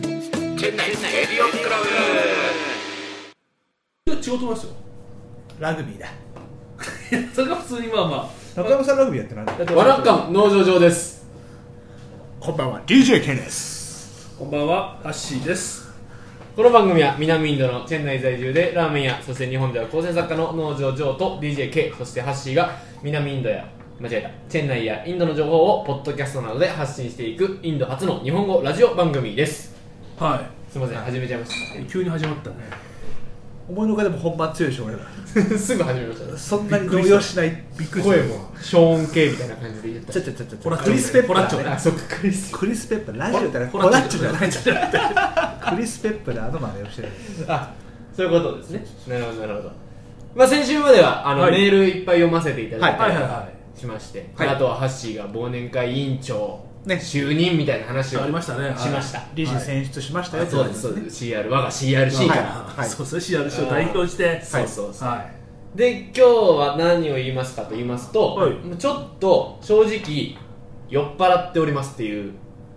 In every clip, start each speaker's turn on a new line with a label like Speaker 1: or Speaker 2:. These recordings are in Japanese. Speaker 1: 店内エリオンクラ
Speaker 2: いや違うと思いますよ
Speaker 3: ラグビーだ
Speaker 2: いやそれが普通にまあま
Speaker 3: 中山さんラグビーやってない
Speaker 2: あ
Speaker 4: わらっかん農場上です
Speaker 3: こんばんは DJ ケネス
Speaker 2: こんばんはハッシーです
Speaker 4: この番組は南インドのチェン内在住でラーメン屋そして日本では構成作家の農場上と DJK そしてハッシーが南インドや間違えたチェン内やインドの情報をポッドキャストなどで発信していくインド初の日本語ラジオ番組です
Speaker 2: は
Speaker 4: すいません始めちゃいました
Speaker 2: い急に始まったね
Speaker 3: 思いのほかでも本番強いでしょ俺ら
Speaker 4: すぐ始めましたね
Speaker 3: そんなに動揺しないびっくりした
Speaker 4: 声もショーン系みたいな感じで言っ
Speaker 3: ち
Speaker 4: た
Speaker 3: ょちょちょちょ
Speaker 2: ホラッチョ
Speaker 3: クリス・ペッパ
Speaker 2: ホラッチ
Speaker 3: ー、
Speaker 2: ョ
Speaker 3: ね、
Speaker 4: あそっかクリス
Speaker 3: クリス・ペッパーラジオだったらホラッチョじゃないじゃんクリス・ペッパーであの真似をしてる
Speaker 4: あそういうことですねなるほどなるほどまあ先週まではあの、
Speaker 2: はい
Speaker 4: メールいっぱい読ませていただいた
Speaker 2: はい
Speaker 4: り
Speaker 2: はい
Speaker 4: と
Speaker 2: は
Speaker 4: か
Speaker 2: い
Speaker 4: しまして、
Speaker 3: はい
Speaker 4: あとはハッシーが忘年会委員長、
Speaker 3: ね
Speaker 4: 就任みたいな話を
Speaker 2: ありましたねはい
Speaker 4: しました
Speaker 3: 理事選出しましたよ、
Speaker 4: そうですそうです CR 我が CRC から、
Speaker 3: はいはい
Speaker 2: そうそうシアル氏を代表して
Speaker 4: そうそうそう、
Speaker 2: は
Speaker 4: で今日は何を言いますかと言いますと、
Speaker 2: はい
Speaker 4: もうちょっと正直酔っ払っておりますっていう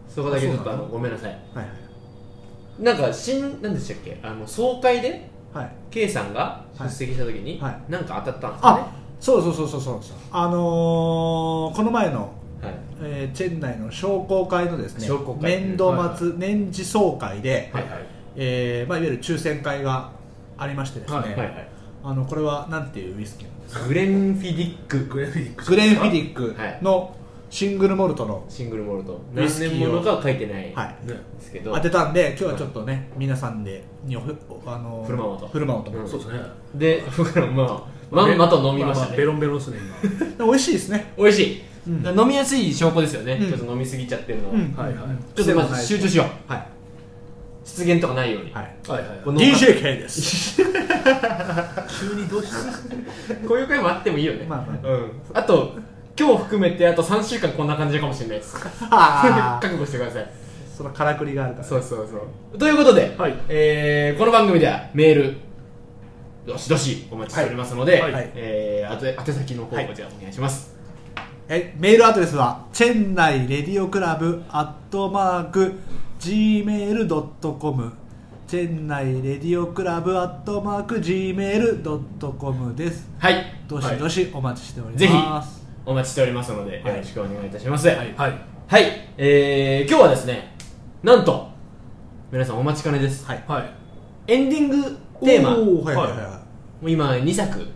Speaker 4: そこだけちょっとあのごめんなさい
Speaker 3: はい
Speaker 4: なんか新何でしたっけあの総会で
Speaker 3: はいはい、
Speaker 4: K さんが出席した時に、
Speaker 3: はいは
Speaker 4: なんか当たったんですよね
Speaker 3: あそうそうそうそうそうあのー、この前の
Speaker 4: はい
Speaker 3: えーチェン内の商工会のですね
Speaker 4: 商工会
Speaker 3: 年度
Speaker 2: はい
Speaker 3: 末、年次総会で、
Speaker 2: いはい
Speaker 3: えーまあ、いわゆる抽選会がありましてですね、
Speaker 2: はい
Speaker 4: はいはい
Speaker 3: あのこれはなんていうウイスキーなんですか
Speaker 4: グレンフィディック
Speaker 2: グレフィック
Speaker 3: グレンフィデ
Speaker 2: ィ
Speaker 3: ィックのシングルモルトの、
Speaker 4: シングルモルト
Speaker 3: ウイ
Speaker 4: 何
Speaker 3: スキーを
Speaker 4: 年ものかは書いてないで
Speaker 3: はい、
Speaker 2: ね
Speaker 4: すけど、
Speaker 3: 当てたんで今日はちょっとね皆さんでにおふあのー
Speaker 4: 振る舞おうと
Speaker 3: 振る舞おうと
Speaker 4: うん
Speaker 2: そうですね
Speaker 4: で 僕らもまあまんまと飲みました
Speaker 2: ああ
Speaker 4: ね、
Speaker 2: ベロンベロンですね
Speaker 3: で美味しいですね、
Speaker 4: 美味し
Speaker 3: う
Speaker 4: い、
Speaker 3: ん
Speaker 4: 飲みやすい証拠ですよね、
Speaker 3: うん
Speaker 4: ちょっと飲みすぎちゃってるのは、
Speaker 3: うん
Speaker 2: 今はいはい
Speaker 4: ちょっとまず集中しよう
Speaker 3: はい
Speaker 4: 失言とかないように、
Speaker 3: はい
Speaker 2: はいはい
Speaker 4: この
Speaker 3: DJK です
Speaker 2: 急にどうした
Speaker 4: こういう回もあってもいいよね、
Speaker 3: まあまあ
Speaker 4: うん、あと今日含めてあと3週間こんな感じかもしれないです
Speaker 3: あ
Speaker 4: 覚悟してください
Speaker 3: ーそのからくりがあるから
Speaker 4: そうそうそうということで、
Speaker 2: はい
Speaker 4: えーこの番組ではメールどしどしお待ちしておりますので、
Speaker 2: はい
Speaker 3: はい
Speaker 4: えーあと宛先の方こちらお願いします、
Speaker 3: はい、メールアドレスはチェンナイレディオクラブアットマーク Gmail.com チェンナイレディオクラブアットマーク Gmail.com です
Speaker 4: はい、
Speaker 3: どしどしお待ちしております、
Speaker 4: ぜひお待ちしておりますのでよろしくお願いいたしますはい、
Speaker 2: はい
Speaker 4: えー今日はですねなんと皆さんお待ちかねです、
Speaker 3: はい
Speaker 2: はい
Speaker 4: エンディングテーマ
Speaker 3: お
Speaker 4: も
Speaker 3: はいはいはいは
Speaker 4: う今2作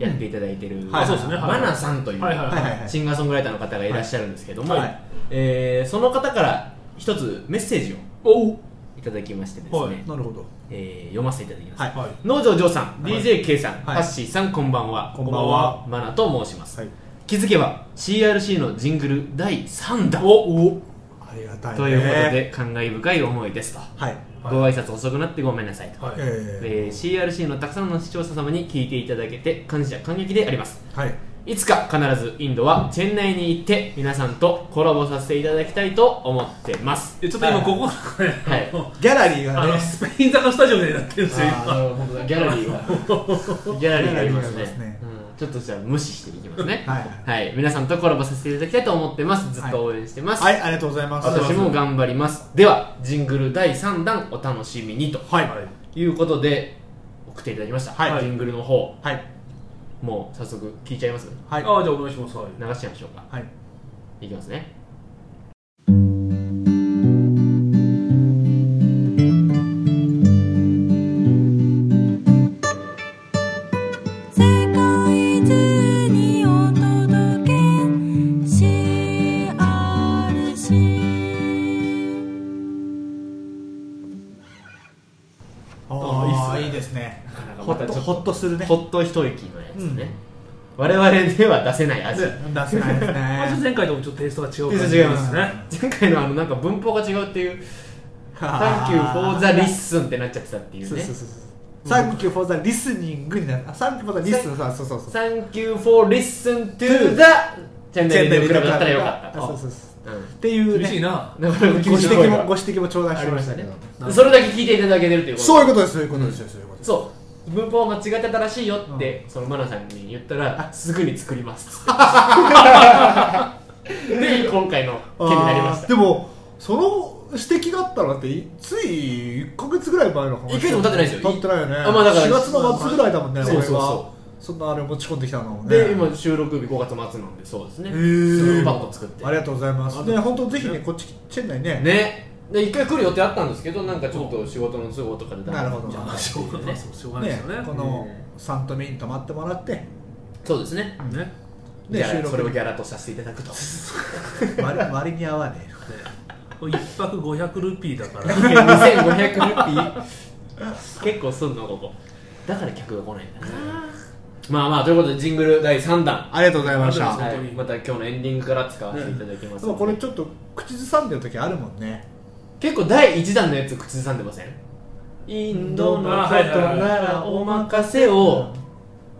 Speaker 4: やっていただいてる、
Speaker 3: はいそう
Speaker 2: ですねはい
Speaker 4: マナさんという、
Speaker 2: はいはい
Speaker 3: いはいはいはい
Speaker 4: シンガーソングライターの方がいらっしゃるんですけども、
Speaker 3: はい
Speaker 4: えーその方から一つメッセージを
Speaker 2: おお
Speaker 4: いただきましてですね、
Speaker 2: はい
Speaker 3: なるほど
Speaker 4: えー読ませていただきます、
Speaker 3: はい
Speaker 2: はい
Speaker 4: 農場嬢さん、
Speaker 3: はい
Speaker 4: DJK さん、
Speaker 3: はい
Speaker 4: ハッシーさんこんばんは
Speaker 3: こんばんは
Speaker 4: マナと申します、
Speaker 3: はい
Speaker 4: 気づけば CRC のジングル第3弾
Speaker 2: おお
Speaker 3: ありがたいね
Speaker 4: ということで感慨深い思いですと、
Speaker 3: は
Speaker 2: は
Speaker 3: い
Speaker 2: い
Speaker 4: ご挨拶遅くなってごめんなさいと、
Speaker 2: はい
Speaker 3: え
Speaker 4: えー CRC のたくさんの視聴者様に聞いていただけて感謝感激であります
Speaker 3: ー、はい
Speaker 4: いつか必ずインドはチェン内に行って皆さんとコラボさせていただきたいと思ってます
Speaker 2: えちょっと今ここ
Speaker 4: はい
Speaker 3: ギャラリー
Speaker 2: あ
Speaker 3: が
Speaker 2: の
Speaker 3: ね
Speaker 2: スペイン坂スタジオでやってるんですよ
Speaker 4: あ
Speaker 2: 今
Speaker 4: の本当だギャラリーがギャラリーがあります
Speaker 3: ギャラリーがありま
Speaker 4: ね
Speaker 3: すね
Speaker 4: うんちょっとじゃあ無視していきますね、
Speaker 3: はい
Speaker 4: 皆さんとコラボさせていただきたいと思ってますずっと応援してます、
Speaker 3: はいありがとうございます
Speaker 4: 私も頑張りますではジングル第3弾お楽しみにと
Speaker 3: はい
Speaker 2: はい
Speaker 4: いうことで送っていただきました、
Speaker 3: はい
Speaker 4: ジングルの方
Speaker 3: はい
Speaker 4: もう早速聞いちゃいます
Speaker 3: はい
Speaker 2: ああじゃあお願いしますはい
Speaker 4: 流しちゃいましょうか
Speaker 3: はい
Speaker 4: いきますね
Speaker 5: 世界中にお届け CRC
Speaker 3: あ
Speaker 2: あ
Speaker 3: あ
Speaker 2: ー
Speaker 3: い
Speaker 2: い
Speaker 3: い
Speaker 2: いっすね
Speaker 3: ですね
Speaker 4: なんか
Speaker 3: ほ
Speaker 4: ま
Speaker 3: ったと
Speaker 4: ちょっ
Speaker 3: ほ
Speaker 4: と
Speaker 3: っとするね
Speaker 4: ほっと一息のやつね、我々では出せない味、
Speaker 3: 出せない
Speaker 2: まあち
Speaker 3: です
Speaker 2: ょっと
Speaker 3: ね
Speaker 2: 前回ともちょっとテイストが違う感じ
Speaker 4: テイスト違います
Speaker 3: す
Speaker 2: ね
Speaker 4: 前回のあのなんか文法が違うっていう「Thank you for the listen」ってなっちゃってたっていう
Speaker 3: そう
Speaker 4: ね
Speaker 3: そうそうそう。サンキューフォーザリスニングになる。あ、サンキューフォーザリスニング。あそうそう
Speaker 4: 「
Speaker 3: そう。
Speaker 4: Thank you for listen to the チャンネル」でだったらよかった
Speaker 3: あそうそうそう。
Speaker 4: う
Speaker 3: っていう
Speaker 2: 厳しい
Speaker 3: ね。
Speaker 2: な
Speaker 4: だから
Speaker 3: ご
Speaker 4: 厳
Speaker 3: 指
Speaker 4: しい
Speaker 3: 摘
Speaker 4: 声
Speaker 3: も
Speaker 4: が
Speaker 3: ご指摘も頂戴
Speaker 4: あ
Speaker 3: し
Speaker 4: り
Speaker 3: ま
Speaker 4: ま
Speaker 3: し
Speaker 4: したた
Speaker 3: け
Speaker 4: ね
Speaker 3: ど。
Speaker 4: それだけ聞いていただけてるということ
Speaker 3: そういうことです。そういうことですよ。そういうことです。
Speaker 4: そう文法間違ってたらしいよって、そのマナさんに言ったらすぐに作りま すっつってで今回の件になりま
Speaker 3: あ
Speaker 4: し
Speaker 3: ー
Speaker 4: た
Speaker 3: でもその指摘があったのだっていつい1か月ぐらい前の話
Speaker 4: 一ヶ月も経ってないですよ
Speaker 3: 経ってないよね
Speaker 4: あまあだから
Speaker 3: 4月の末ぐらいだもんね
Speaker 4: そうそうそう
Speaker 3: 俺がそんなあれを持ち込んできたのをね
Speaker 4: で今収録日5月末なんでそうですね
Speaker 3: へー
Speaker 4: それをパッと作って
Speaker 3: ありがとうございますで本当ぜひねこっちチェン内ね
Speaker 4: ねで一回来る予定あったんですけどなんかちょっと仕事の都合とかでダメ
Speaker 3: なるほど
Speaker 4: じゃあ
Speaker 3: まあ
Speaker 2: しょうがないですよしょうがないですよね
Speaker 3: このサントミに泊まってもらって
Speaker 4: そうですね
Speaker 2: ね
Speaker 3: で
Speaker 4: ギャラ
Speaker 3: 収録
Speaker 4: それをギャラとさせていただくと
Speaker 3: 割割に合わね
Speaker 2: これ一泊500ルピーだから
Speaker 4: 2500ルピー結構すんのここだから客が来ないんだなまあまあということでジングル第3弾
Speaker 3: ありがとうございまし
Speaker 2: した
Speaker 3: た
Speaker 2: 本
Speaker 4: はい
Speaker 2: 当に
Speaker 4: また今日のエンディングから使わせていただきます
Speaker 3: でもこれちょっと口ずさんでる時あるもんね
Speaker 4: 結構第1弾のやつ口ずさんでませんインドのことならお任せを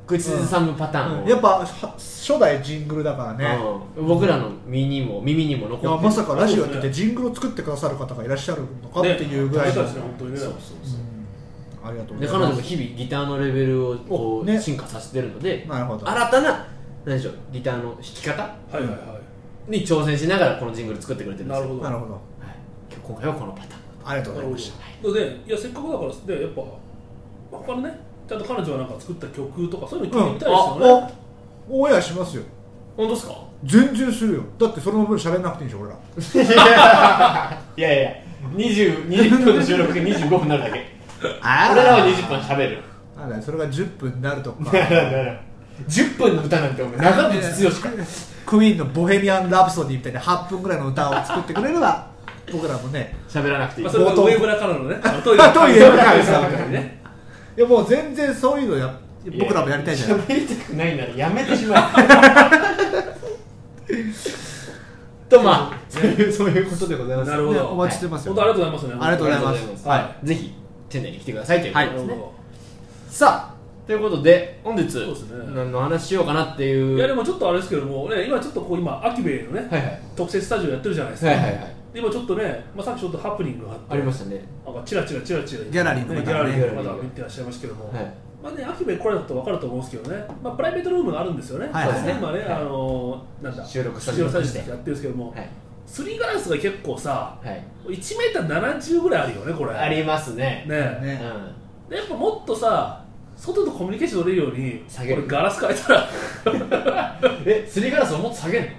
Speaker 4: 口ずさむパターンを、
Speaker 3: やっぱは初代ジングルだからね
Speaker 4: うん僕らの身にも耳にも
Speaker 3: い
Speaker 4: 残
Speaker 3: や
Speaker 4: ってる
Speaker 3: まさかラジオやっててジングルを作ってくださる方がいらっしゃるのかっていうぐらい
Speaker 2: そ
Speaker 3: の
Speaker 2: うですね本当にね
Speaker 3: うんありがとうご
Speaker 4: で
Speaker 3: ざい
Speaker 4: 彼女
Speaker 3: ま
Speaker 4: も
Speaker 3: す
Speaker 4: 日々ギターのレベルをこ
Speaker 3: お
Speaker 4: う、
Speaker 3: ね
Speaker 4: 進化させてるので
Speaker 3: なるほど
Speaker 4: 新たな何でしょうギターの弾き方
Speaker 2: はいはいは
Speaker 4: に挑戦しながらこのジングル作ってくれ
Speaker 2: い
Speaker 4: てるんで
Speaker 2: な
Speaker 4: す
Speaker 2: る
Speaker 4: よ
Speaker 2: ほど
Speaker 3: なるほど
Speaker 4: はい、今日今回はこのパターン
Speaker 3: ありがとう
Speaker 2: な
Speaker 3: ご
Speaker 2: るほ
Speaker 3: ざいました
Speaker 2: どでいやせっかくだからでやっぱ他のねちゃんと彼女がなんか作った曲とかそういうの聞いてみたいですよね、
Speaker 3: おオンエアしますよ
Speaker 4: 本当ですか
Speaker 3: 全然するよだってその分喋んなくていいでしょ俺ら
Speaker 4: いやいや20 20分の収録が25分になるだけ俺らは20分しゃべる
Speaker 3: なんだよそれが10分になる とか
Speaker 4: 10分の歌なんてお前長渕剛か
Speaker 3: クイーンの「ボヘミアン・ラブソディ」みたいな8分ぐらいの歌を作ってくれれば 僕らもね
Speaker 4: 喋らなくていい
Speaker 2: まあ、それが
Speaker 3: 冒頭
Speaker 2: 上村からのねあのト
Speaker 3: トイレの
Speaker 2: 神
Speaker 3: 神
Speaker 2: 様
Speaker 3: 様
Speaker 2: からね
Speaker 3: いやもう全然そういうのや僕らもやりたいじゃない
Speaker 4: 喋りたくないならやめてしまえ とまあそういうそういうことでございます
Speaker 2: なるほど
Speaker 3: ねお待ちしてますよ
Speaker 2: 本当ありがとうございますね
Speaker 3: ありがとうございます
Speaker 4: は
Speaker 3: はい
Speaker 4: い、ぜひ店内に来てくださいというこ
Speaker 3: は
Speaker 4: と
Speaker 3: い
Speaker 4: で
Speaker 2: な
Speaker 4: す
Speaker 2: るほ
Speaker 4: ね、
Speaker 2: ど
Speaker 4: さあということで本日
Speaker 2: うですね
Speaker 4: 何の話しようかなっていう
Speaker 2: いやでもちょっとあれですけども、ね、今ちょっとこう今アキベイのね、
Speaker 4: はいはい
Speaker 2: 特設スタジオやってるじゃないですか、
Speaker 4: はいはいはい
Speaker 2: で今ちょっとね、まあ、さっきちょっとハプニングがあって
Speaker 4: ありましたね
Speaker 2: なんかチラチラチラチラ
Speaker 3: ギャラリーの
Speaker 2: ね
Speaker 3: 方
Speaker 2: ギャラリーの
Speaker 4: ギャラリー
Speaker 2: 方見てらっしゃいますけども、
Speaker 4: はい
Speaker 2: まあね、アキベイ来られたと分かると思うんですけどね、まあ、プライベートルームがあるんですよね、
Speaker 3: はい
Speaker 4: はい
Speaker 2: 今ね、あのーなんだ
Speaker 4: 収録スタジ
Speaker 2: 収
Speaker 4: オ
Speaker 2: 録スタジオやってるんですけども、
Speaker 4: はい
Speaker 2: スリーガラスが結構さ
Speaker 4: はい
Speaker 2: 1メーター70ぐらいあるよねこれ
Speaker 4: ありますね
Speaker 2: ね
Speaker 4: う
Speaker 3: ね
Speaker 4: ん
Speaker 2: でやっぱもっとさ外とコミュニケーション取れるように
Speaker 4: 下げる
Speaker 2: これガラス変えた ら
Speaker 4: えすりガラスをもっと下げる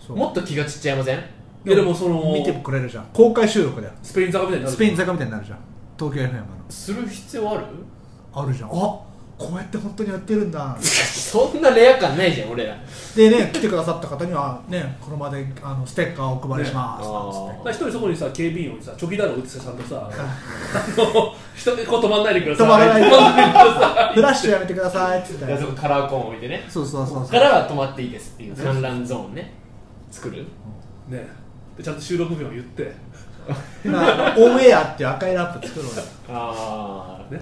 Speaker 3: そ
Speaker 4: の
Speaker 3: う
Speaker 4: もっと気がちっちゃいません
Speaker 2: いやでもその
Speaker 3: 見てもくれるじゃん公開収録だよ
Speaker 2: スペイン坂みたいになる
Speaker 3: スペイン坂みたいになるじゃん東京 FM の
Speaker 4: する必要ある
Speaker 3: あるじゃんあこうやって本当にやってるんだ
Speaker 4: そんなレア感ないじゃん俺ら
Speaker 3: でね来てくださった方にはね車であのステッカーをお配りしますなんつって、
Speaker 2: だから一人そこにさ警備員をさチョキだろ打ってさちゃんと さあの人でこう止まんないでください
Speaker 3: 止まらない で
Speaker 2: 止まんないでくださ
Speaker 3: フラッシュやめてくださいっつって
Speaker 4: あそこカラーコーン置いてね
Speaker 3: そうそうそう
Speaker 4: ここ
Speaker 3: そ
Speaker 4: か
Speaker 3: う
Speaker 4: らは止まっていいですっていう観覧ゾーンね作る
Speaker 2: いねでちゃんと収録日を言って
Speaker 3: 今オンエアっていう赤いラップ作ろうよ
Speaker 4: あ
Speaker 2: ね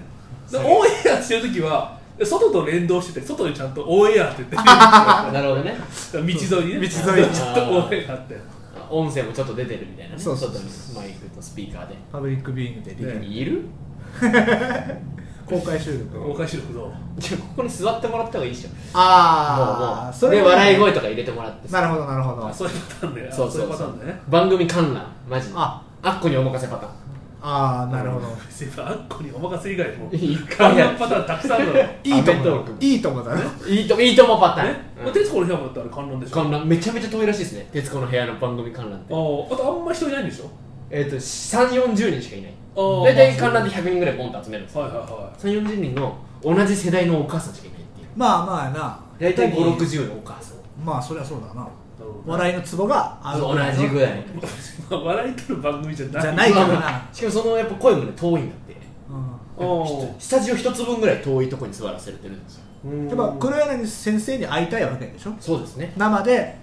Speaker 2: でオンエアしてる時は外と連動してて外にちゃんとオンエアって言ってるんですよ
Speaker 4: あなるほどね
Speaker 2: 道沿いにね
Speaker 3: 道沿いに
Speaker 2: ちゃんとオンエアって
Speaker 4: 音声もちょっと出てるみたいなね
Speaker 3: そうそうそう
Speaker 4: ちょっとマイクとスピーカーで
Speaker 3: パブリックビューイングでできる、
Speaker 2: ね
Speaker 4: いる
Speaker 3: 公開収録
Speaker 2: おかしいけど
Speaker 4: じゃあここに座ってもらった方がいいでしょ
Speaker 3: ああ
Speaker 4: もうもうで笑い声とか入れてもらって
Speaker 3: なるほどなるほど
Speaker 2: あそういうパターンねあ
Speaker 4: そうそう
Speaker 2: いうパタ
Speaker 4: そ
Speaker 2: ーン
Speaker 4: う
Speaker 2: ね
Speaker 4: 番組観覧マジで
Speaker 3: あ
Speaker 4: あっこにお任せパターン
Speaker 3: ああなるほど
Speaker 2: 別にあっこにお任せ以外も
Speaker 4: いっぱ
Speaker 2: 観
Speaker 4: いある
Speaker 2: 覧パターンたくさんあるのよ、ね
Speaker 3: いいと
Speaker 4: アメト
Speaker 3: も
Speaker 4: ーク
Speaker 3: いいともだね
Speaker 4: いいといいともパターン、
Speaker 2: まあ、徹子の部屋もだってあれ観覧でしょ
Speaker 4: 観覧めちゃめちゃ遠いらしいですね徹子の部屋の番組観覧って
Speaker 2: あーあとあんま人いないんでしょ
Speaker 4: えっ、と340人しかいない
Speaker 2: あー
Speaker 4: 大体
Speaker 2: まあ
Speaker 4: 観覧で100人ぐらいボンと集めるんです
Speaker 2: はいはいはい
Speaker 4: 340人の同じ世代のお母さんしかいないっていう
Speaker 3: まあまあな
Speaker 4: 大体560のお母さん
Speaker 3: まあそりゃそうだな
Speaker 2: なるほどね
Speaker 3: 笑いのツボが合う
Speaker 4: そう同じぐらいの
Speaker 2: まあ笑いとる番組じゃない
Speaker 3: じゃないけどな、
Speaker 4: しかもそのやっぱ声もね遠いんだって
Speaker 3: う
Speaker 2: お
Speaker 4: スタジオ一つ分ぐらい遠いとこに座らせてるんですよ
Speaker 3: ん、やっぱ黒柳先生に会いたいわけでしょ
Speaker 4: そうですね
Speaker 3: 生で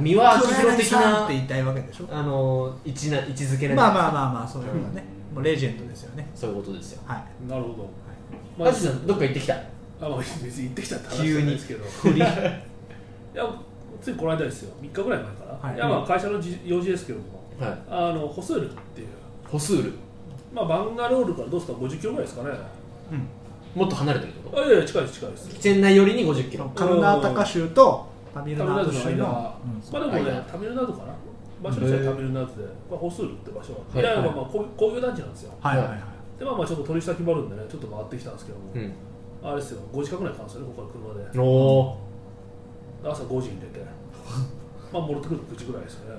Speaker 4: 三輪明
Speaker 3: 黒
Speaker 4: 宏
Speaker 3: 柳
Speaker 4: 的
Speaker 3: さん
Speaker 4: な
Speaker 3: って言いたいわけでしょ
Speaker 4: あの位置な位置づけなんで
Speaker 3: まあまあまあまあそういうことだね、もうレジェンドですよね
Speaker 4: そういうことですよ
Speaker 3: はい
Speaker 2: なるほどま
Speaker 4: マ
Speaker 2: あ
Speaker 4: ジさんどっか行ってきた
Speaker 2: あまあ別に行ってきたって話じ
Speaker 4: 急
Speaker 2: ゃない
Speaker 4: に
Speaker 2: ですけど い
Speaker 4: 振り
Speaker 2: やついこの間ですよ3日ぐらい前かな、、
Speaker 3: はいい
Speaker 2: やまあ会社のじ用事ですけども
Speaker 4: はい
Speaker 2: あのホスールっていう
Speaker 4: ホスール
Speaker 2: まあバンガロールからどうですか50キロぐらいですかね
Speaker 4: もっと離れてるってこ
Speaker 2: あいやいや近いです近いです
Speaker 4: とチェンナイ寄りに50キロ
Speaker 3: カルナータカ州とタミ
Speaker 2: タミル
Speaker 3: ルナ
Speaker 2: ナ
Speaker 3: ー
Speaker 2: ー
Speaker 3: ト
Speaker 2: ドの
Speaker 3: 州
Speaker 2: 間
Speaker 3: の
Speaker 2: は、まあでも
Speaker 4: 間
Speaker 2: ねタミルナードかな場所としてはタミルナーズで、まあ、ホスールって場所は、
Speaker 4: は
Speaker 2: で
Speaker 4: い
Speaker 2: まあまあ、工工業団地なんですよ
Speaker 3: はいはいはい
Speaker 2: でまあまあちょっと取引先もあるんでねちょっと回ってきたんですけども、
Speaker 4: うん
Speaker 2: あれですよ5時間ぐらいかかるんですよねここから車で
Speaker 4: おお
Speaker 2: 朝5時に出て まあ戻ってくると9時ぐらいですよね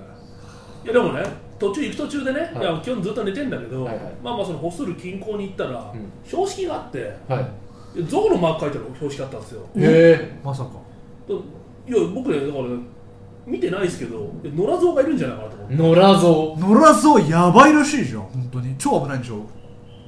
Speaker 2: いやでもね途中行く途中でね、い、や基本ずっと寝てんだけど、
Speaker 4: はいはい
Speaker 2: まあまあそのホスール近郊に行ったら、
Speaker 4: うん
Speaker 2: 標識があって
Speaker 4: ーはい
Speaker 2: ゾウのマーク書いてある標識あったんですよ
Speaker 4: へ
Speaker 3: まさか
Speaker 2: いや僕ねだからね見てないですけどいや野良ゾウがいるんじゃないかなと思って
Speaker 4: え野良像
Speaker 3: 野良ゾウやばいらしいじゃん本当に超危ないんでしょ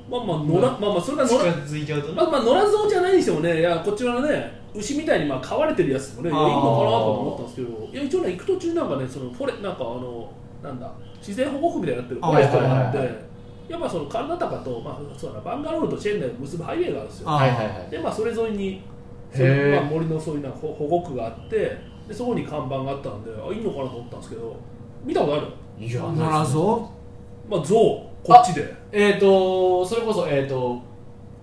Speaker 2: まあまあ野良、まあまあそれが野
Speaker 6: 近
Speaker 2: 良
Speaker 6: づいちゃうとね
Speaker 2: まあまあ野良像じゃないにしてもねいやこっちらのね牛みたいにまあ飼われてるやつもねいやいいのかなと思ったんですけどいや一応ね行く途中なんかねそのフォレなんかあのなんだ自然保護区みたいになってるフ
Speaker 3: あ
Speaker 2: ォレスト
Speaker 4: はいはい
Speaker 2: が
Speaker 4: は
Speaker 2: あっ
Speaker 4: いはい
Speaker 2: てやっぱそのカルナタカと、まあ、そうだなバンガロールとチェンナイを結ぶハイウェイがあるんですよ
Speaker 3: あ
Speaker 4: はいはいはい
Speaker 2: でまあそれ沿いにそ
Speaker 4: へ
Speaker 2: の
Speaker 4: え
Speaker 2: まあ、森のそういうな保保護区があってでそこに看板があったんであいいのかなと思ったんですけど見たことある
Speaker 4: いや
Speaker 3: 野良ゾ
Speaker 2: まあ象こっちで
Speaker 4: えー、とそれこそ、えー、と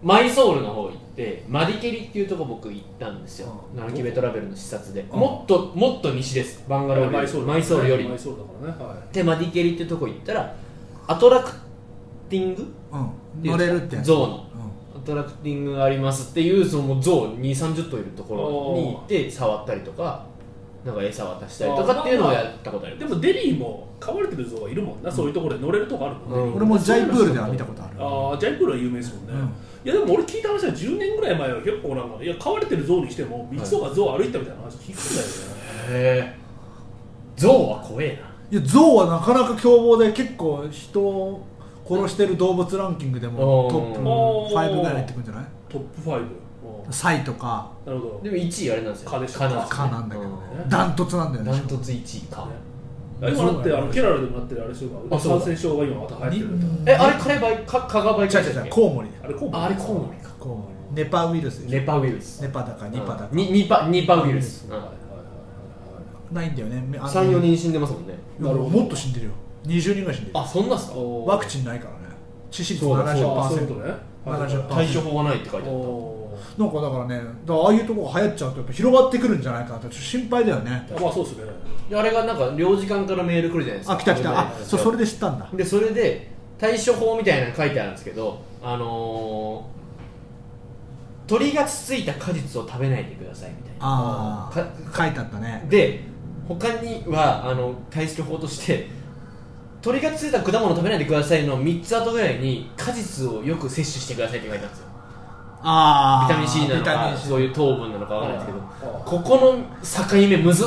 Speaker 4: マイソウルの方行ってマディケリっていうとこ僕行ったんですよナラキベトラベルの視察で
Speaker 2: うん
Speaker 4: もっともっと西ですバンガロールよりマイソウルより
Speaker 2: マイソールだからねはい
Speaker 4: でマディケリっていうとこ行ったらアトラクティング
Speaker 3: ウうん乗れるってやつ
Speaker 4: ゾウの
Speaker 3: うん
Speaker 4: アトラクティングがありますっていうそのゾウ2 3 0頭いるところに行って触ったりとかなんか餌渡したりとかっていうのをやったことあり
Speaker 2: で
Speaker 4: ます
Speaker 2: もデリーも飼われてるゾウがいるもんな、そういうところで乗れるとこあるもんね、
Speaker 4: うん
Speaker 3: 俺もジャイプールでは見たことある
Speaker 2: ああジャイプールは有名ですもんね、
Speaker 3: うん
Speaker 2: いやでも俺聞いた話は10年ぐらい前は結構なんかいや飼われてるゾウにしても一度がゾウ歩いたみたいな話聞くんだよね、
Speaker 4: へえゾウは怖えない
Speaker 3: やゾウはなかなか凶暴で結構人を殺してる動物ランキングでも
Speaker 4: おー
Speaker 3: トップ
Speaker 2: おー
Speaker 3: 5ぐらい入ってくるんじゃない
Speaker 2: トップ5、うん
Speaker 3: サイとか
Speaker 2: なるほ
Speaker 4: でも1位あれなんですよ
Speaker 2: 蚊でしょ
Speaker 4: なんですよ
Speaker 3: 蚊なんだけどね
Speaker 4: うん
Speaker 3: ダントツなんだよね
Speaker 4: ダントツ1位か
Speaker 2: ねど、今だってあのケララでもなってるあれですよ
Speaker 4: あそうだ
Speaker 2: 感染症が今また流行ってるみたいな
Speaker 4: えあれ彼倍か蚊が倍
Speaker 3: 違う違う違うコウモリだよ
Speaker 2: あれコウモリ
Speaker 4: ああれコウモリか
Speaker 3: コウモリネパウイルスでしょ
Speaker 4: ネパウイルス
Speaker 3: ネパだかニパだか
Speaker 4: にニパニパウイルス
Speaker 2: はいはいはいはい
Speaker 3: ないんだよねめあの
Speaker 4: 34人死んでますもんね
Speaker 3: いやもっと死んでるよ20人ぐらい死んでる
Speaker 4: あそんなっすか
Speaker 3: ワクチンないからね致死率
Speaker 4: そうだそう
Speaker 2: あそういうこ
Speaker 3: 70%
Speaker 2: とね
Speaker 3: 70%
Speaker 4: 対処法がないって書いてあっ
Speaker 2: おー
Speaker 3: なんかだからねだからああいうとこが流行っちゃうとやっぱ広がってくるんじゃないかなってちょっと心配だよね
Speaker 2: まあそうですね
Speaker 4: たであれがなんか領事館からメール来るじゃないですか
Speaker 3: あ来た来たあそうそれ
Speaker 4: で
Speaker 3: で知ったんだ
Speaker 4: でそれで対処法みたいなの書いてあるんですけどあのー鳥がつついた果実を食べないでくださいみたいな
Speaker 3: あ
Speaker 4: か
Speaker 3: あ書いてあったね
Speaker 4: で他にはあの対処法として鳥がついた果物を食べないでくださいの3つ後ぐらいに果実をよく摂取してくださいって書いてあるんですよ
Speaker 3: ああ
Speaker 4: ビタミン C なの
Speaker 3: ビタミ
Speaker 4: か
Speaker 3: ン C
Speaker 4: そういう糖分なのかわからないですけど
Speaker 2: あ
Speaker 4: ここの境目むずっ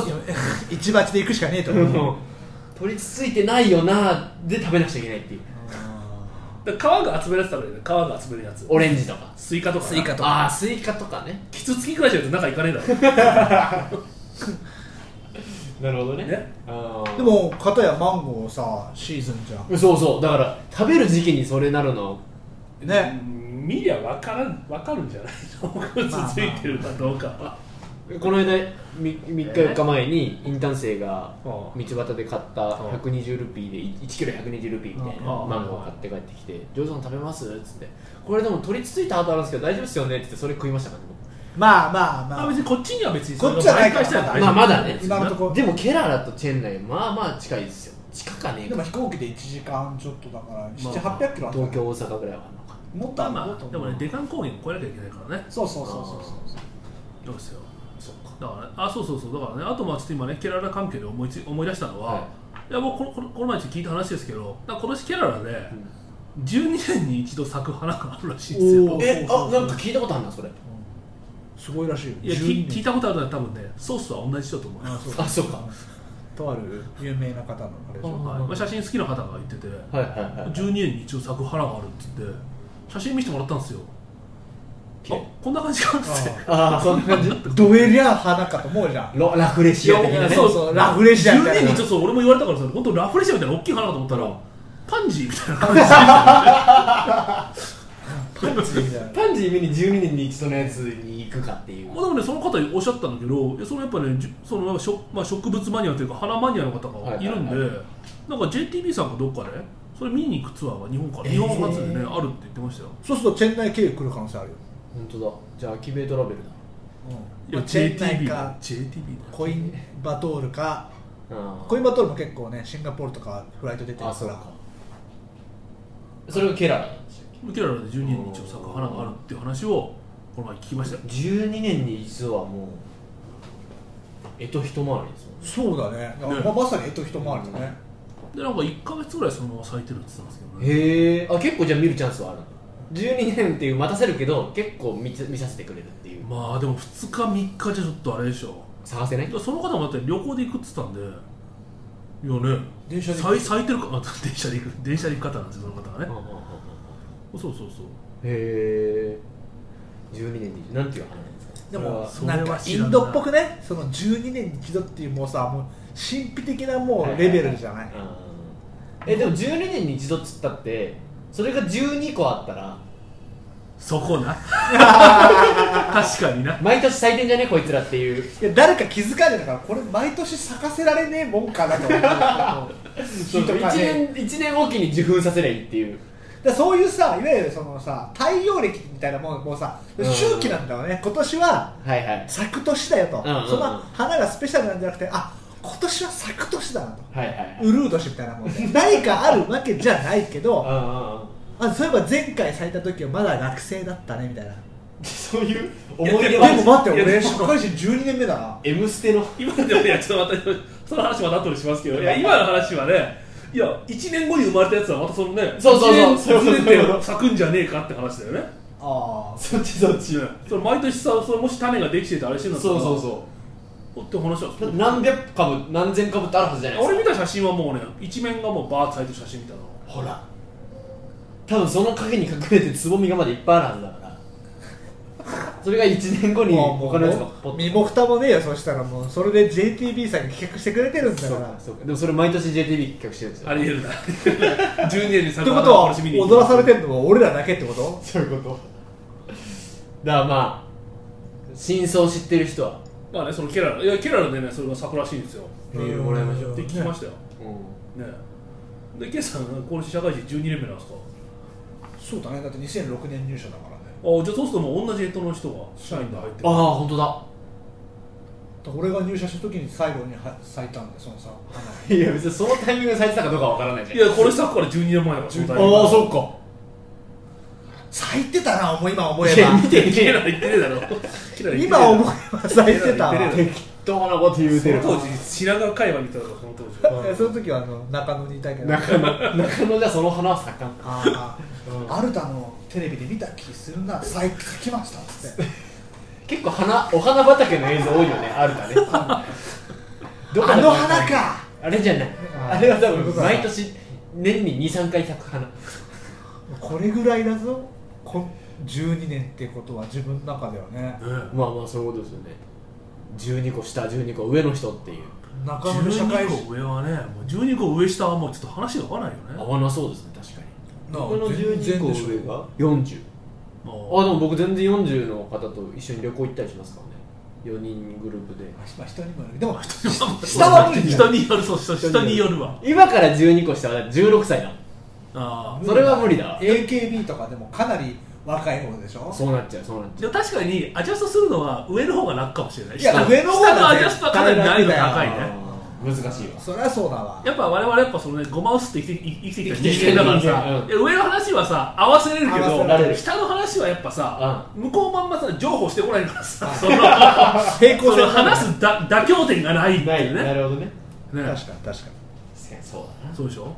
Speaker 3: 一鉢で行くしかねえと思う
Speaker 4: うん取りつついてないよなで食べなくちゃいけないっていう
Speaker 2: で皮が集められてたのよね皮が集めるやつ
Speaker 4: オレンジとか
Speaker 2: スイカとかな
Speaker 3: スイカと
Speaker 4: あ
Speaker 3: か
Speaker 4: あースイカとかね
Speaker 2: キツツキくらいじゃ中行かねえだろ
Speaker 4: なるほどね
Speaker 2: ね
Speaker 3: でも片やマンゴーさシーズンじゃん
Speaker 4: そうそうだから食べる時期にそれなるの
Speaker 3: ね
Speaker 2: うん見りゃ分からん分かるんじゃないのつついてるかどうかは
Speaker 4: この間み3日4日前にインターン生が
Speaker 2: ああ
Speaker 4: 道端で買った120ルピーで1キロ120ルピーみたいな
Speaker 2: ああ
Speaker 4: マンゴー買って帰ってきて「ジョージさん食べます?」っつって「これでも取りつついた後あるんですけど大丈夫ですよね」って言ってそれ食いましたからね
Speaker 3: まあまあ
Speaker 2: あ
Speaker 3: ま
Speaker 2: 別にこっちには別に
Speaker 3: こっちはないから
Speaker 2: それを媒介して
Speaker 4: 僕ま
Speaker 2: は
Speaker 4: あまだね
Speaker 3: あ今のとこ
Speaker 4: でもケララとチェンナイまあまあ近いですよ近かねえ
Speaker 3: で
Speaker 4: か
Speaker 3: も飛行機で1時間ちょっとだから
Speaker 2: まあ
Speaker 3: 7800キロあった
Speaker 4: 東京大阪ぐらいはあるの
Speaker 3: も
Speaker 4: か
Speaker 3: っと
Speaker 2: ま
Speaker 3: あ
Speaker 2: あ
Speaker 3: る
Speaker 2: ま
Speaker 3: もっ
Speaker 2: あ
Speaker 3: とある
Speaker 2: でもね、デカン高原越えなきゃいけないからね、
Speaker 3: そうそうそうそうそう
Speaker 2: そうですよ、だからね、あ、そうそうそう、だからね、あとまあちょっと今ね、ケララ関係で思いつ思い出したのは、、
Speaker 4: はい
Speaker 2: やもうこのこのこの前ちょっと聞いた話ですけど、なんか今年ケララで、12年に一度咲く花があるらしいんですよ
Speaker 3: お。ー
Speaker 4: えあなんか聞いたことあるなそれ
Speaker 3: すごいらしいよ
Speaker 2: いや
Speaker 3: 12
Speaker 2: 聞聞いたことあるのは多分ね、ソースは同じだと思い
Speaker 3: あ
Speaker 2: ます。
Speaker 3: そう
Speaker 4: あそうか
Speaker 3: とある有名な方のあれでしょ
Speaker 4: あ
Speaker 2: はいまあ、写真好きな方が言ってて、
Speaker 4: はいはいはい
Speaker 2: 12年に一度咲く花があるって言って、写真見せてもらったんですよ。あこんな感じかって。
Speaker 4: ああそんな感じ
Speaker 3: どえりゃ花かと思うじゃん
Speaker 4: ロラフレシア的
Speaker 2: い
Speaker 4: な
Speaker 2: や
Speaker 4: ね
Speaker 2: そう
Speaker 3: そうラフレシアみ
Speaker 2: 10
Speaker 3: たいな
Speaker 2: 年にちょっと俺も言われたからさ本当ラフレシアみたいな大きい花かと思ったら、
Speaker 4: うん
Speaker 2: パンジーみたいな感
Speaker 3: みたいな
Speaker 4: パンジー見に12年に一度のやつに行くかってい
Speaker 2: じ
Speaker 4: う
Speaker 2: まあでもねその方おっしゃったんだけどいやそのやっぱねじゅそのなんかしょ、まあ、植物マニアというか花マニアの方がいるんで、
Speaker 4: はいはい
Speaker 2: なんか JTB さんかどっかでそれ見に行くツアーが日本から、
Speaker 4: えー
Speaker 2: 日本初でねあるって言ってましたよ
Speaker 3: そうするとチェンナイ経由来る可能性あるよ、
Speaker 4: 本当だじゃあアキベイトラベルだ
Speaker 3: うん
Speaker 2: いや
Speaker 3: まあチェンナイ
Speaker 2: JTB
Speaker 3: か
Speaker 2: だ JTB だ
Speaker 3: コインバトールか
Speaker 4: あ
Speaker 1: コインバトルも結構ねシンガポールとかフライト出てる
Speaker 4: あ
Speaker 1: か
Speaker 4: そう
Speaker 1: ら
Speaker 4: かそれがケララなんでしたっけ
Speaker 2: ケララで12年に一応咲く花があるっていう話をこの前聞きましたよ
Speaker 4: 12年に実はもうえと一回りですもんね
Speaker 1: そうだね
Speaker 2: ね
Speaker 1: ままさにえっと一回りだね
Speaker 2: でなんか1か月ぐらいそのまま咲いてるって言ってたんですけどね
Speaker 4: へえあ結構じゃあ見るチャンスはある12年っていう待たせるけど結構見つ見させてくれるっていう
Speaker 2: まあでも2日3日じゃちょっとあれでしょ
Speaker 4: 探せない
Speaker 2: いやその方もだって旅行で行くって言ってたんでいやね
Speaker 1: 電車で行く
Speaker 2: 咲い咲いてるかあ電車で行く電車で行く方なんですよその方がねそうそうそう
Speaker 4: へえ12年になんていう花なんですか
Speaker 1: でも
Speaker 2: それ
Speaker 1: な
Speaker 2: は
Speaker 1: んかイ
Speaker 2: 知らない
Speaker 1: ンドっぽくねその12年に一度っていうもうさもう神秘的なもうレベルじゃない、
Speaker 4: えでも12年に一度っつったってそれが12個あったら
Speaker 2: そこ な確かにな
Speaker 4: 毎年咲いてんじゃねこいつらっていう
Speaker 1: いや誰か気づかれるからこれ毎年咲かせられねえもんかなと思うんだ けど人
Speaker 4: 1
Speaker 1: がね
Speaker 4: 年一年おきに受粉させりゃいいっていう
Speaker 1: だからそういうさいわゆるそのさ太陽暦みたいなもんもうさ
Speaker 4: うん
Speaker 1: 周期なんだよね、今年は
Speaker 4: はいはい
Speaker 1: 咲く年だよと、
Speaker 4: うんうんうん
Speaker 1: その花がスペシャルなんじゃなくてあ今年は咲く年だなと
Speaker 4: はいはいはい
Speaker 1: ウルー年みたいなもんで何かあるわけじゃないけ
Speaker 4: うん
Speaker 1: ど
Speaker 4: うんうん
Speaker 1: あそういえば前回咲いた時はまだ学生だったねみたいな
Speaker 4: そういう
Speaker 1: い
Speaker 4: 思
Speaker 1: や
Speaker 4: い出
Speaker 1: で
Speaker 4: は
Speaker 1: も待って
Speaker 2: いや
Speaker 1: 俺
Speaker 2: でも
Speaker 1: 社会人12年目だな
Speaker 4: M ステの
Speaker 2: 今でもいやちょっとまたその話また後にしますけどいや今の話はねいや1年後に生まれたやつはまたそのね
Speaker 4: そうそうそう
Speaker 2: 1年ず
Speaker 4: そうそう
Speaker 2: れ
Speaker 4: そ
Speaker 2: て咲くんじゃねえかって話だよね
Speaker 1: ああ
Speaker 4: そっちそっち
Speaker 2: ねそれ毎年さそれもし種ができててあれしてるんだったら
Speaker 4: そう
Speaker 2: って話は
Speaker 4: う何百株何千株ってあるはずじゃないです
Speaker 2: 俺見た写真はもうね一面がもうバーッと咲いてる写真みたいなの
Speaker 4: かほら多分その影に隠れてつぼみがまだいっぱいあるはずだからそれが1年後に他のやつがポッ
Speaker 1: 身も蓋もねえよそしたらもうそれで JTB さんが企画してくれてるんだ
Speaker 4: そ
Speaker 1: か
Speaker 4: う
Speaker 1: ら
Speaker 4: かそうかでもそれ毎年 JTB 企画してるんですよ
Speaker 2: ありえるな 12年に
Speaker 1: って
Speaker 2: 咲く
Speaker 1: こ
Speaker 2: 花
Speaker 1: と
Speaker 2: を
Speaker 1: は
Speaker 2: 楽しみに行く
Speaker 1: 踊らされてるのは俺らだけってこと
Speaker 4: そういうことだからまあ真相を知ってる人は
Speaker 2: まあねそのケララいやケララでねそれが咲くらしいんですよ
Speaker 4: メールもらいましょう
Speaker 2: って聞きましたよ
Speaker 4: う
Speaker 2: ねでケイさん今年社会人12年目なんですか
Speaker 1: そうだねだって2006年入社だからね
Speaker 2: あじゃあそうするともう同じ干支の人が社員で入ってる
Speaker 4: ああ本当だ
Speaker 1: 俺が入社した時に最後には咲いたんでそのさ花が
Speaker 4: いや別にそのタイミングで咲いてたかどうかわからないじゃん
Speaker 2: いやこれさっきから12年前だからそのタイミング
Speaker 4: ああそ っか
Speaker 1: 咲いてたな思い今思え
Speaker 4: いや
Speaker 1: ば
Speaker 4: 見てね
Speaker 2: ケ
Speaker 4: え
Speaker 2: ララ言ってねえだろケララ言ってねえだ
Speaker 1: 今
Speaker 2: ろ
Speaker 1: 思えば咲いてたわ
Speaker 2: 言ってね
Speaker 4: 適当なこと言うてる
Speaker 2: その当時品川会話にいたからその当時
Speaker 4: うん
Speaker 1: えその時はあの中野にいたけど
Speaker 4: 中野中野じゃその花は咲かんか
Speaker 1: ああアルタのテレビで見た気するな咲い咲きましたっつって
Speaker 4: 結構花お花畑の映像多いよね あるかねどこだ
Speaker 1: あの花か
Speaker 4: あれじゃない
Speaker 1: あ
Speaker 4: あれは多
Speaker 1: そういうこ
Speaker 4: 分
Speaker 1: とだな
Speaker 4: 毎年年に23回咲く花
Speaker 1: これぐらいだぞこん12年ってことは自分の中ではね
Speaker 4: まあまあそういうことですよね12個下12個上の人っていう
Speaker 1: 中野の社会
Speaker 2: 12
Speaker 1: 人
Speaker 2: 個上はねもう12個上下はもうちょっと話が合わないよね
Speaker 4: 合わなそうですね確かに
Speaker 1: なあ
Speaker 4: 僕の12個上が40
Speaker 2: ま
Speaker 4: あ
Speaker 2: あ
Speaker 4: でも僕全然40の方と一緒に旅行行ったりしますからね4人グループで
Speaker 1: まあ人にもよるでも
Speaker 2: 下
Speaker 1: 下は無理だよ
Speaker 2: 下によるそう下下によるわ
Speaker 4: 今から12個下は16歳だ
Speaker 2: ああ
Speaker 4: それは無理だ
Speaker 1: AKB とかでもかなり若い方でしょ
Speaker 4: そうなっちゃうそうなっ
Speaker 2: で
Speaker 4: ちゃ
Speaker 2: も確かにアジャストするのは上の方が楽かもしれない
Speaker 1: いや
Speaker 2: 下
Speaker 1: 上の方が
Speaker 2: 下のアジャストはかなり難易度高
Speaker 4: う
Speaker 2: い
Speaker 1: 絶
Speaker 2: ね
Speaker 4: あー難しいわ
Speaker 1: そりゃそうだわ
Speaker 2: やっぱ我々やっぱそのねごまをすって生きて生きてきた
Speaker 4: 生きてきて
Speaker 2: 人間
Speaker 4: る
Speaker 2: だからさ、
Speaker 4: うん
Speaker 2: いや上の話はさ合わせれるけ
Speaker 1: 合わ
Speaker 2: ど
Speaker 1: せら
Speaker 4: れる
Speaker 2: 下の話はやっぱさ、向こうまんまさ譲歩してこないからさ、その
Speaker 1: 平行
Speaker 2: そ
Speaker 1: 線
Speaker 2: の話すだ妥協点がないって
Speaker 4: ないいう
Speaker 2: ね
Speaker 4: なるほどね
Speaker 2: ね
Speaker 1: 確かに確かに
Speaker 4: そうだ
Speaker 2: そうでしょ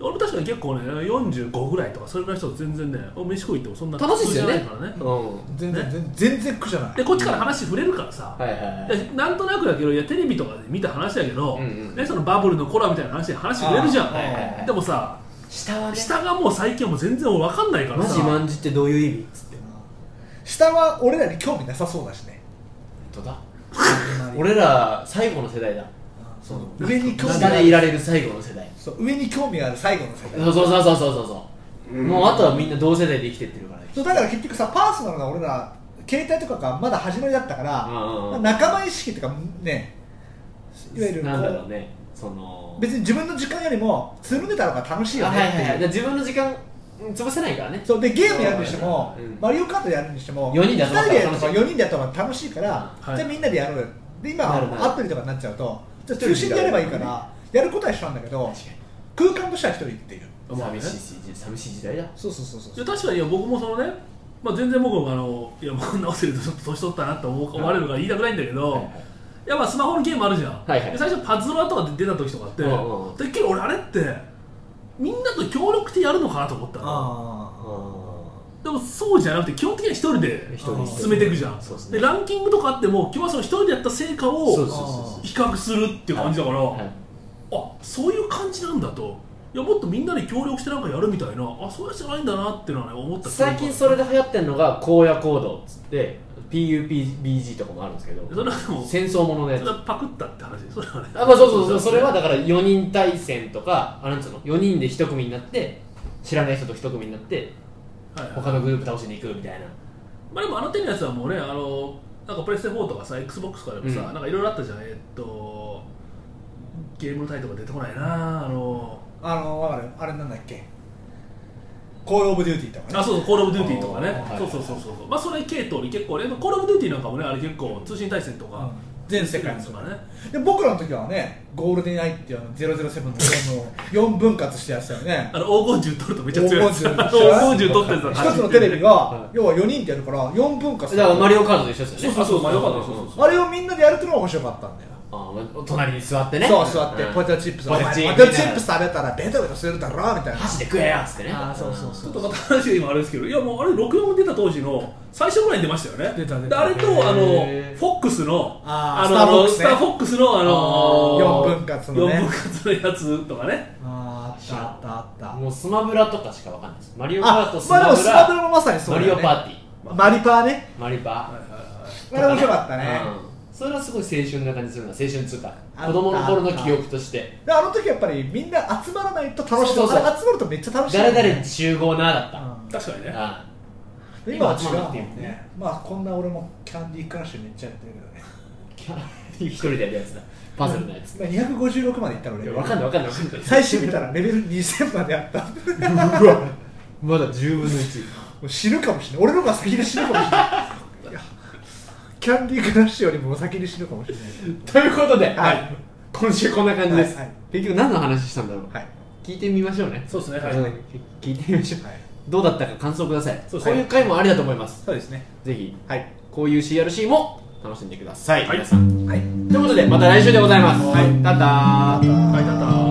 Speaker 2: 俺も確かに結構ね45ぐらいとかそれぐらいの人全然ねお飯食い行ってもそんな
Speaker 4: 楽しいですよ
Speaker 2: 苦
Speaker 4: ね
Speaker 2: 痛じゃないからね
Speaker 4: なうんは
Speaker 1: 全然全然全然苦じゃない
Speaker 2: でこっちから話触れるからさ、
Speaker 4: いはいはい
Speaker 2: でなんとなくだけどいやテレビとかで見た話だけど、
Speaker 4: うんうん
Speaker 2: ね、そのバブルの頃みたいな話で話触れるじゃん、
Speaker 1: あーはいはいはい
Speaker 2: でもさ
Speaker 4: 下は
Speaker 2: 下がもう最近はもう全然分かんないから
Speaker 4: マ
Speaker 2: さ
Speaker 4: ジまんじってどういう意味っつって
Speaker 1: 下は俺らに興味なさそうだしね
Speaker 4: 本当だ
Speaker 1: あんまり
Speaker 4: 俺ら最後の世代だその
Speaker 1: 上に興味
Speaker 4: 下
Speaker 1: があ
Speaker 4: でい
Speaker 1: る
Speaker 4: られる最後の世代
Speaker 1: そう上に興味がある最後の世代
Speaker 4: そうそうそうそうそうそうもうあとはみんな同世代で生きてってるからね
Speaker 1: そうだから結局さパーソナルな俺ら携帯とかがまだ始まりだったから、
Speaker 4: うんうんうん
Speaker 1: まあ仲間意識っていうかねいわゆるこう
Speaker 4: なんだろうねその
Speaker 1: 別に自分の時間よりもつるんでたのが楽しい
Speaker 4: あ
Speaker 1: よ
Speaker 4: は
Speaker 1: ね
Speaker 4: いはいはい
Speaker 1: っていう
Speaker 4: だから自分の時間うん潰せないからね
Speaker 1: そうでゲームやるにしても、
Speaker 4: うん
Speaker 1: マリオカートやるにしても
Speaker 4: 四人で集ま
Speaker 1: 2
Speaker 4: った
Speaker 1: 人
Speaker 4: ら
Speaker 1: でやるとか
Speaker 4: 楽しい
Speaker 1: 4人でやった方が楽しいから、
Speaker 2: はい
Speaker 1: じゃあみんなでやろうよで今
Speaker 4: な
Speaker 1: は
Speaker 4: るほど
Speaker 1: アプリとかになっちゃうとじゃあ中心でやればいいからやることは一緒なんだけど空間としては一人っていう
Speaker 2: まあね
Speaker 4: 寂しい時寂しい時代だ
Speaker 1: そうそうそうそう
Speaker 2: いや確かにいや僕もそのね、まあ、全然僕もあのいやもう直せるとちょっと年取ったなって思われるから言いたくないんだけど、いやまあスマホのゲームあるじゃん、
Speaker 4: はいはい
Speaker 2: で最初パズドラとかで出た時とかって、
Speaker 4: うんうんうん
Speaker 2: てっきり俺あれってみんなと協力してやるのかなと思ったの
Speaker 1: あ
Speaker 2: でもそうじゃなくて基本的には一人
Speaker 4: 一
Speaker 2: で
Speaker 4: 人一人
Speaker 2: 進めていくじゃん
Speaker 4: そうです
Speaker 2: で
Speaker 4: ね
Speaker 2: ランキングとかあっても今日はその一人でやった成果
Speaker 4: そう
Speaker 2: を
Speaker 4: そうそうそう
Speaker 2: 比較するっていう感じだから、
Speaker 4: はい
Speaker 2: あそういう感じなんだといやもっとみんなで協力してなんかやるみたいなあそういうやつじゃないんだなっていうのはね思った
Speaker 4: 最近それで流行ってるのが荒野行動っつって PUBG とかもあるんですけど
Speaker 2: それはでも
Speaker 4: 戦争もののや
Speaker 2: そ
Speaker 4: つ
Speaker 2: れはパクったって話それはね
Speaker 4: あまあそうそうそうそれはだから4人対戦とかあなんつうの4人で1組になって知らない人と1組になって
Speaker 2: はいはい
Speaker 4: 他のグループ倒しに行くみたいな
Speaker 2: まあでもあの手のやつはもうねあのなんかプレステ4とかさ XBOX とかでもさ、
Speaker 4: うん
Speaker 2: なんかいろいろあったじゃんえっとゲームのタイトルが出てこないなあの
Speaker 1: あのわかるあれなんだっけコールオブデューティーとかね
Speaker 2: あそうそうコールオブデューティーとかね
Speaker 4: あー
Speaker 2: そうそうそうそうまあそれ系統に結構ねコールオブデューティーなんかもねあれ結構通信対戦とか、
Speaker 1: 全世界の
Speaker 2: とかね
Speaker 1: で僕らの時はねゴールデンアイっていうあの007のゲームを4分 割してやってたよね
Speaker 2: あの黄金銃取るとめっちゃ強いやつ
Speaker 1: 黄
Speaker 2: 黄
Speaker 1: 金銃
Speaker 2: 金銃取ってるやつ
Speaker 1: 一つのテレビが要は4人ってやるから4分割
Speaker 4: だからマリオカードと一緒です
Speaker 2: そ
Speaker 4: よ
Speaker 2: う
Speaker 4: ね
Speaker 2: そうそうまあよかった
Speaker 4: ん
Speaker 2: そうそうそう
Speaker 1: あれをみんなでやるっていうのが面白かったんだよ
Speaker 4: あまあ隣に座ってね
Speaker 1: そう座って
Speaker 4: ん
Speaker 1: ポテトチップス
Speaker 4: ポ
Speaker 1: お
Speaker 4: テ
Speaker 1: 前
Speaker 4: ト
Speaker 1: ポ
Speaker 4: チッ
Speaker 1: テ
Speaker 4: プ
Speaker 1: トチップス食べたらベタベタするだろみたいな
Speaker 4: 箸で食えよっつってね
Speaker 1: あーそうそう
Speaker 2: ち
Speaker 1: そ
Speaker 2: ょっとまた話が今あれですけど、いやもうあれ64出た当時の最初ぐらいに出ましたよね。
Speaker 1: 出た出た
Speaker 2: であれとあの
Speaker 4: へー
Speaker 2: フォックスの
Speaker 1: あー
Speaker 2: の
Speaker 1: ス
Speaker 2: ス
Speaker 1: タ
Speaker 2: タ
Speaker 1: ー
Speaker 2: ー
Speaker 1: フ
Speaker 2: フォックスのあの
Speaker 1: 4分割の
Speaker 2: 4
Speaker 1: ね
Speaker 2: 分割のやつとかね。
Speaker 1: あーあったあったあった
Speaker 4: もうスマブラとかしかわかんないですマリオカー
Speaker 1: あ
Speaker 4: トス
Speaker 1: まあで
Speaker 4: マ
Speaker 1: も
Speaker 4: ブ
Speaker 1: スマ
Speaker 4: ラ
Speaker 1: ブラもまさにそう
Speaker 4: マ
Speaker 1: だ
Speaker 4: リオ
Speaker 1: よね
Speaker 4: パーティ
Speaker 1: マリパーね
Speaker 4: ーマリパ
Speaker 2: はいはいはい
Speaker 1: あれ面白かったね、
Speaker 4: うんそれはすごい青春な感じするな青春っつうか
Speaker 1: あった
Speaker 4: 子供の頃の記憶として
Speaker 1: であの時やっぱりみんな集まらないと楽しい
Speaker 4: そうそうそう
Speaker 1: あれ集まるとめっちゃ楽しいよね、
Speaker 4: 誰々集合なだった
Speaker 2: 確かにね。
Speaker 4: あ
Speaker 1: うん今は違うもん
Speaker 4: 今集まってる
Speaker 1: ねまあこんな俺もキャンディークラッシュめっちゃやってるけ
Speaker 4: ー一人でやるやつだパズルのやつ
Speaker 1: どね今256までいったの
Speaker 4: い
Speaker 1: 俺
Speaker 4: やわかんないわかんないわかんない
Speaker 1: 最終見たらレベル2000まであったも
Speaker 4: まだ10分の1
Speaker 1: う死ぬかもしれない俺の方が先に死ぬか もしれないいやキャンディークラッシュよりも先に死ぬかもしれない
Speaker 4: ということで、
Speaker 1: はい
Speaker 4: 今週こんな感じです、
Speaker 1: はいはい
Speaker 4: 結局何の話したんだろう、
Speaker 1: はい
Speaker 4: 聞いてみましょうね
Speaker 2: そうですね。はい。
Speaker 4: うん聞いてみましょう、
Speaker 1: はい
Speaker 4: どうだったか感想ください
Speaker 2: そうです
Speaker 4: こ
Speaker 2: ね
Speaker 4: ういう回もありだと思います
Speaker 1: そうですね
Speaker 4: ぜひ
Speaker 1: はい
Speaker 4: こういう CRC も楽しんでください、
Speaker 2: はい
Speaker 4: 皆さん
Speaker 1: はい
Speaker 4: ということでまた来週でございます、はい、
Speaker 1: ま
Speaker 4: タター
Speaker 1: た
Speaker 2: はい、ただ